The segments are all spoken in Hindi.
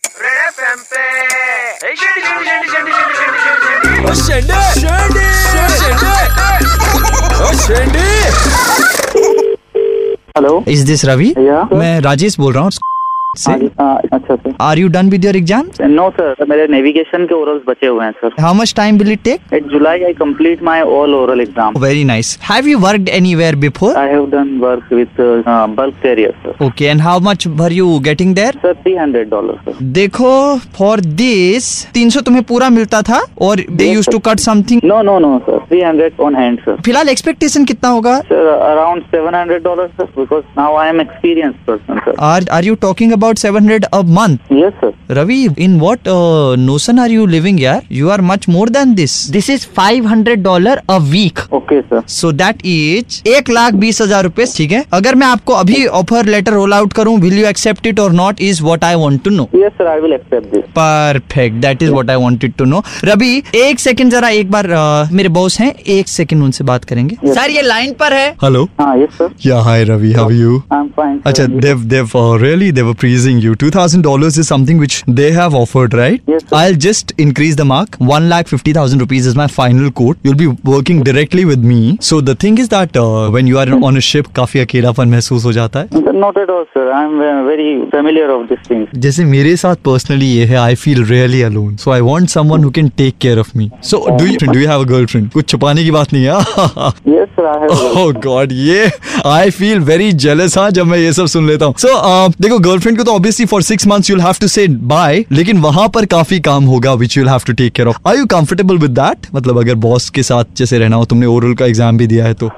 एफएम पे ए, शेंडी, शेंडी, शेंडी, शेंडी, शेंडी, शेंडी, शेंडी, शेंडी। शेंडे शेंडे शेंडे शेंडे हेलो इज दिस रवि या मैं राजेश बोल रहा हूँ से अच्छा sir are you done with your exam no sir मेरे नेविगेशन के ओरल्स बचे हुए हैं sir how much time will it take at July I complete my all oral exam very nice have you worked anywhere before I have done work with bulk carrier sir okay and how much were you getting there sir three hundred dollar sir देखो फॉर दिस 300 तुम्हें पूरा मिलता था और they use to cut something no no no sir three hundred on hand sir फिलहाल एक्सपेक्टेशन कितना होगा sir around seven hundred dollar sir because now I am experience person sir are are you talking about 700 a month yes sir Ravi in what notion are you living यार you are much more than this this is 500 dollar a week okay sir so that is एक लाख बीस हजार रूपए ठीक है अगर मैं आपको अभी ऑफर लेटर रोल आउट करूं विल यू एक्सेप्ट इट और not is what I want to know yes sir I will accept this perfect that is what I wanted to know Ravi एक सेकंड जरा एक बार अ, मेरे बॉस हैं एक सेकंड उनसे बात करेंगे सर ये लाइन पर है हेलो हाँ yes sir yeah hi Ravi how you I am fine अच्छा they've they've uh, really they were praising you. Two thousand dollars is something which they have offered, right? Yes, sir. I'll just increase the mark. One lakh fifty thousand rupees is my final quote. You'll be working directly with me. So the thing is that uh, when you are Hmm. on a ship, काफी अकेलापन महसूस हो जाता है. Not at all sir I am very familiar of this things जैसे मेरे साथ पर्सनली ये है I feel really alone so I want someone who can take care of me so do Oh. You do you have a girlfriend कुछ छुपाने की बात नहीं है yes sir I Oh. Have oh god ये आई फील वेरी जेलस हाँ जब मैं ये सब सुन लेता हूँ सो देखो गर्लफ्रेंड को तो obviously for six months you'll have to say bye लेकिन वहां पर काफी काम होगा विच you'll have to take care of are you comfortable with that मतलब अगर बॉस के साथ जैसे रहना हो तुमने ओरल का एग्जाम भी दिया है तो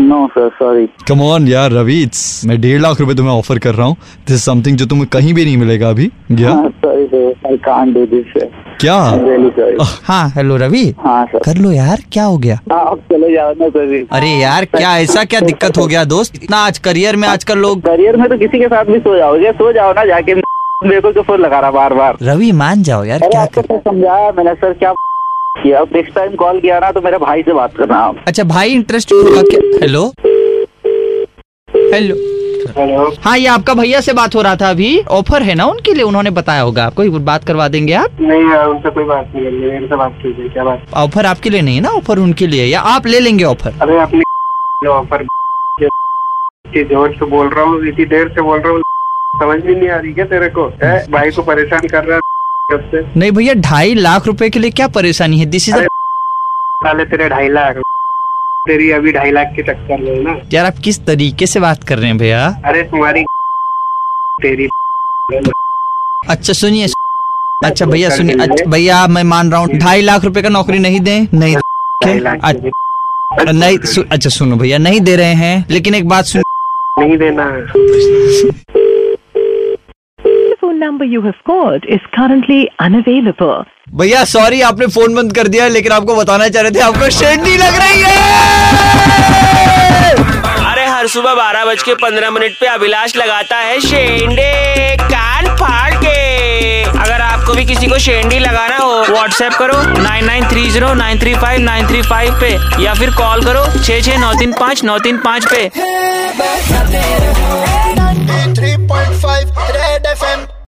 no sir sorry come on यार रवि इट्स मैं डेढ़ लाख रुपए तुम्हें ऑफर कर रहा हूँ दिस इज समथिंग जो तुम्हें कहीं भी नहीं मिलेगा अभी क्या हाँ? Sorry sir I can't do this क्या रियली सॉरी हाँ हेलो रवि हाँ सर कर लो यार क्या हो गया आप चले जाओ ना सर अरे यार क्या ऐसा क्या दिक्कत हो गया दोस्त इतना आज करियर में आजकल लोग करियर में तो किसी के साथ भी सो जाओगे सो जाओ ना जाके मेरे को तो फोन लगा रहा बार बार रवि मान जाओ यार अरे क्या आपको कर सर समझाया मैंने सर क्या किया अब नेक्स्ट टाइम कॉल किया ना तो मेरे भाई से बात करना आप अच्छा भाई इंटरेस्ट होगा क्या हेलो हेलो हेलो हाँ ये आपका भैया से बात हो रहा था अभी ऑफर है ना उनके लिए उन्होंने बताया होगा आपको एक बात करवा देंगे आप नहीं उनसे कोई बात नहीं करनी मेरे से बात कीजिए क्या बात ऑफर आपके लिए नहीं है ना ऑफर उनके लिए है, या आप ले लेंगे ऑफर अरे अपने ऑफर के जोर से बोल रहा हूँ इतनी देर से बोल रहा हूँ समझ भी नहीं आ रही क्या तेरे को है? भाई को परेशान कर रहा है कब से नहीं भैया ढाई लाख रुपए के लिए क्या परेशानी है दिस इज अरे, साले तेरे ढाई लाख तेरी अभी ढाई लाख के चक्कर में है ना यार आप किस तरीके से बात कर रहे हैं भैया अरे तुम्हारी तेरी अच्छा सुनिए अच्छा भैया सुनिए अच्छा भैया मैं मान रहा हूँ ढाई लाख रुपए का नौकरी नहीं दें नहीं ढाई लाख अच्छा, के नहीं सु, अच्छा सुनो भैया नहीं दे रहे हैं लेकिन एक बात सुन नहीं देना The phone number you have called is currently unavailable. भैया सॉरी आपने फोन बंद कर दिया है, लेकिन आपको बताना चाह रहे थे आपको शेडनी लग रही है अरे हर सुबह बारह बज के पंद्रह मिनट पे अभिलाष लगाता है शेंडे कान फाड़ के अगर आपको भी किसी को शेंडी लगाना हो व्हाट्सएप करो nine nine three zero nine three five nine three five पे या फिर कॉल करो छः छः नौ तीन पाँच नौ तीन पाँच पे 93.5 Red FM